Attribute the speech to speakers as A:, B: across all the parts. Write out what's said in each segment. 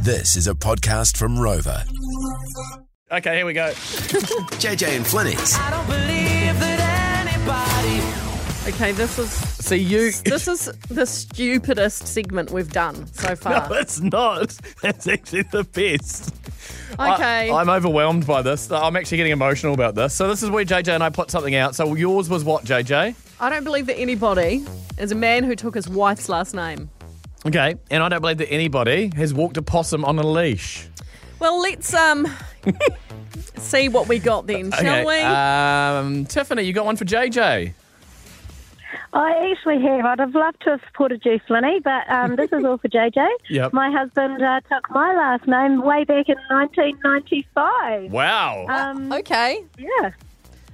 A: This is a podcast from Rover.
B: Okay, here we go.
A: JJ and Flinny's
C: Okay, this is
B: See you.
C: this is the stupidest segment we've done so far.
B: No, it's not. That's actually the best.
C: okay.
B: I, am overwhelmed by this. I'm actually getting emotional about this. So this is where JJ and I put something out. So yours was what, JJ?
C: I don't believe that anybody is a man who took his wife's last name.
B: Okay. And I don't believe that anybody has walked a possum on a leash.
C: Well, let's um see what we got then, shall
B: okay.
C: we?
B: Um, Tiffany, you got one for JJ.
D: I actually have. I'd have loved to have supported you, Flinny, but um, this is all for JJ.
B: Yep.
D: My husband uh, took my last name way back in 1995.
B: Wow.
C: Oh.
D: Um,
C: okay.
D: yeah.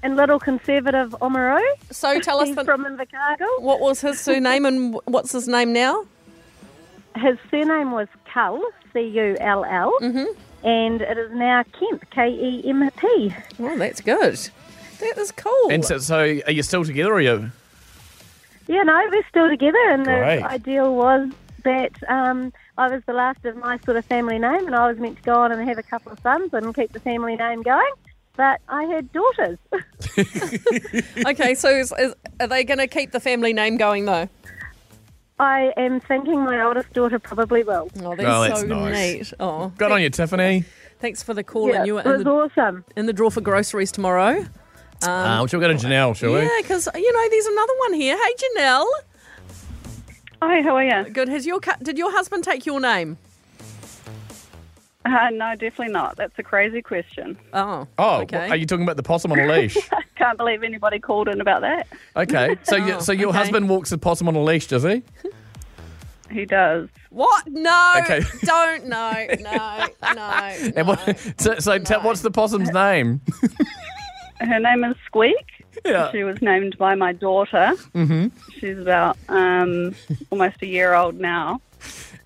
D: And little conservative Omaru.
C: So tell us
D: He's
C: the,
D: from Invercargill.
C: what was his surname and wh- what's his name now?
D: His surname was Cull, C U L L, and it is now Kemp, K E M P.
C: Oh, that's good. That is cool.
B: and so, so are you still together or are you?
D: Yeah, no, we're still together, and
B: Great.
D: the ideal was that um, I was the last of my sort of family name, and I was meant to go on and have a couple of sons and keep the family name going. But I had daughters.
C: okay, so is, is, are they going to keep the family name going though?
D: I am thinking my oldest daughter probably will.
C: Oh, that's
B: Well, that's
C: so
B: nice.
C: neat. Oh,
B: Good on you, Tiffany.
C: thanks for the call,
D: Yeah,
C: and
D: it
C: you were in
D: was
C: the,
D: awesome.
C: in the draw for groceries tomorrow.
B: uh, shall we go to Janelle, shall we?
C: Um, Yeah, because you know, there's another one here. Hey, Janelle.
E: Hi, how are you?
C: Good. Has your cu- did your husband take your name?
E: Uh, no, definitely not. That's a crazy question.
C: Oh.
B: Oh,
C: Okay.
B: are you talking about the possum on a leash?
E: Can't believe anybody called in about that.
B: okay. So, you, so your
C: Oh, okay.
B: husband walks a possum on a leash, does he?
E: He does.
C: what? No.
B: Okay.
C: Don't. No. No. No.
B: And what,
C: no.
B: so, so tell- what's the possum's name?
E: Her name is Squeak.
B: Yeah.
E: She was named by my daughter. Uh. Mm-hmm. She's about um, almost a year old now.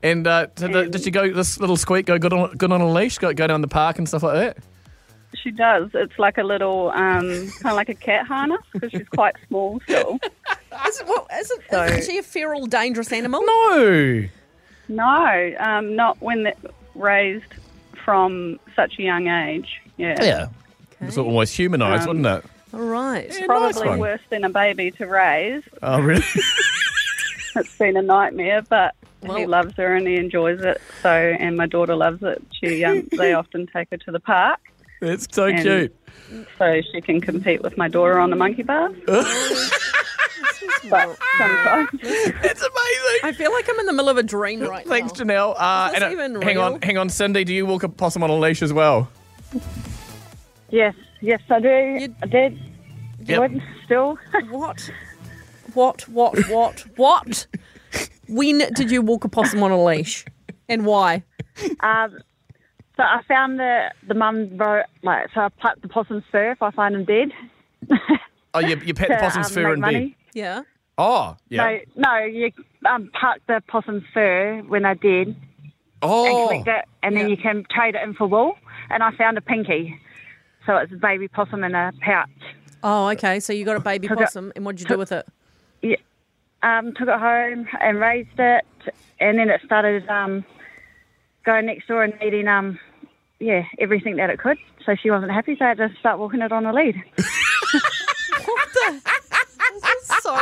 B: And uh, did, the, did she go? This little squeak go good on good on a leash? Go go down the park and stuff like that.
E: She does. It's like a little, um, kind of like a cat harness because she's quite small still.
C: Is it, well, is it,
E: So-
C: is she a feral, dangerous animal?
B: No.
E: No, um, not when they raised from such a young age. Oh, Yeah.
B: Yeah. It's almost humanised,
E: Um,
B: wouldn't it?
C: All right.
B: Yeah, nice
E: Probably
B: one.
E: worse than a baby to raise.
B: Oh really?
E: it's been a nightmare, but he
C: Well-
E: loves her and he enjoys it. So, and my daughter loves it. She, um, they often take her to the park
B: It's so
E: And-
B: cute.
E: so she can compete with my daughter on the monkey bars. but sometimes,
B: It's amazing.
C: I feel like I'm in the middle of a dream right
B: Thanks,
C: now.
B: Janelle. Uh,
C: Is this
B: and, uh,
C: even
B: hang on,
C: real?
B: hang on, Cindy. Do you walk a possum on a leash as well?
D: Yes, yes, I do.
C: You-
D: I did.
B: Yep.
D: Would still.
C: What? What? What? What? What? when did you walk a possum on a leash, and why?
D: Um, so I found the the mum wrote like so I plucked the possum's fur if I find him dead.
B: Oh, you, you pet the
D: to,
B: possum's
D: um,
B: fur
D: make
B: and
D: money.
B: bed.
C: Yeah.
B: Oh, yeah.
D: No, no, you um, pluck the possum's fur when they're dead and
B: oh,
D: collect it, and then you can trade it in for wool. And I found a pinky, so it's a baby possum in a pouch.
C: Oh, okay. So you got a baby
D: Took it-
C: possum, and what did you do with it?
D: Yeah. Um, took it home and raised it, and then it started um, going next door and eating um, yeah, everything that it could. So she wasn't happy, so I had to start walking it on the lead.
C: What the? This is so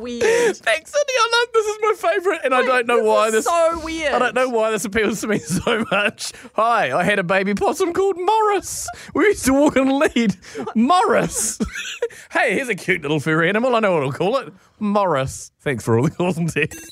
C: weird.
B: thanks, Cindy. I love this. Is my favourite, and I don't know
C: This
B: why
C: is
B: this.
C: so weird.
B: I don't know why this appeals to me so much. Hi, I had a baby possum called Morris. We used to walk and lead. Morris. hey, here's a cute little furry animal. I know what I'll call it. Morris. Thanks for all the calls and texts.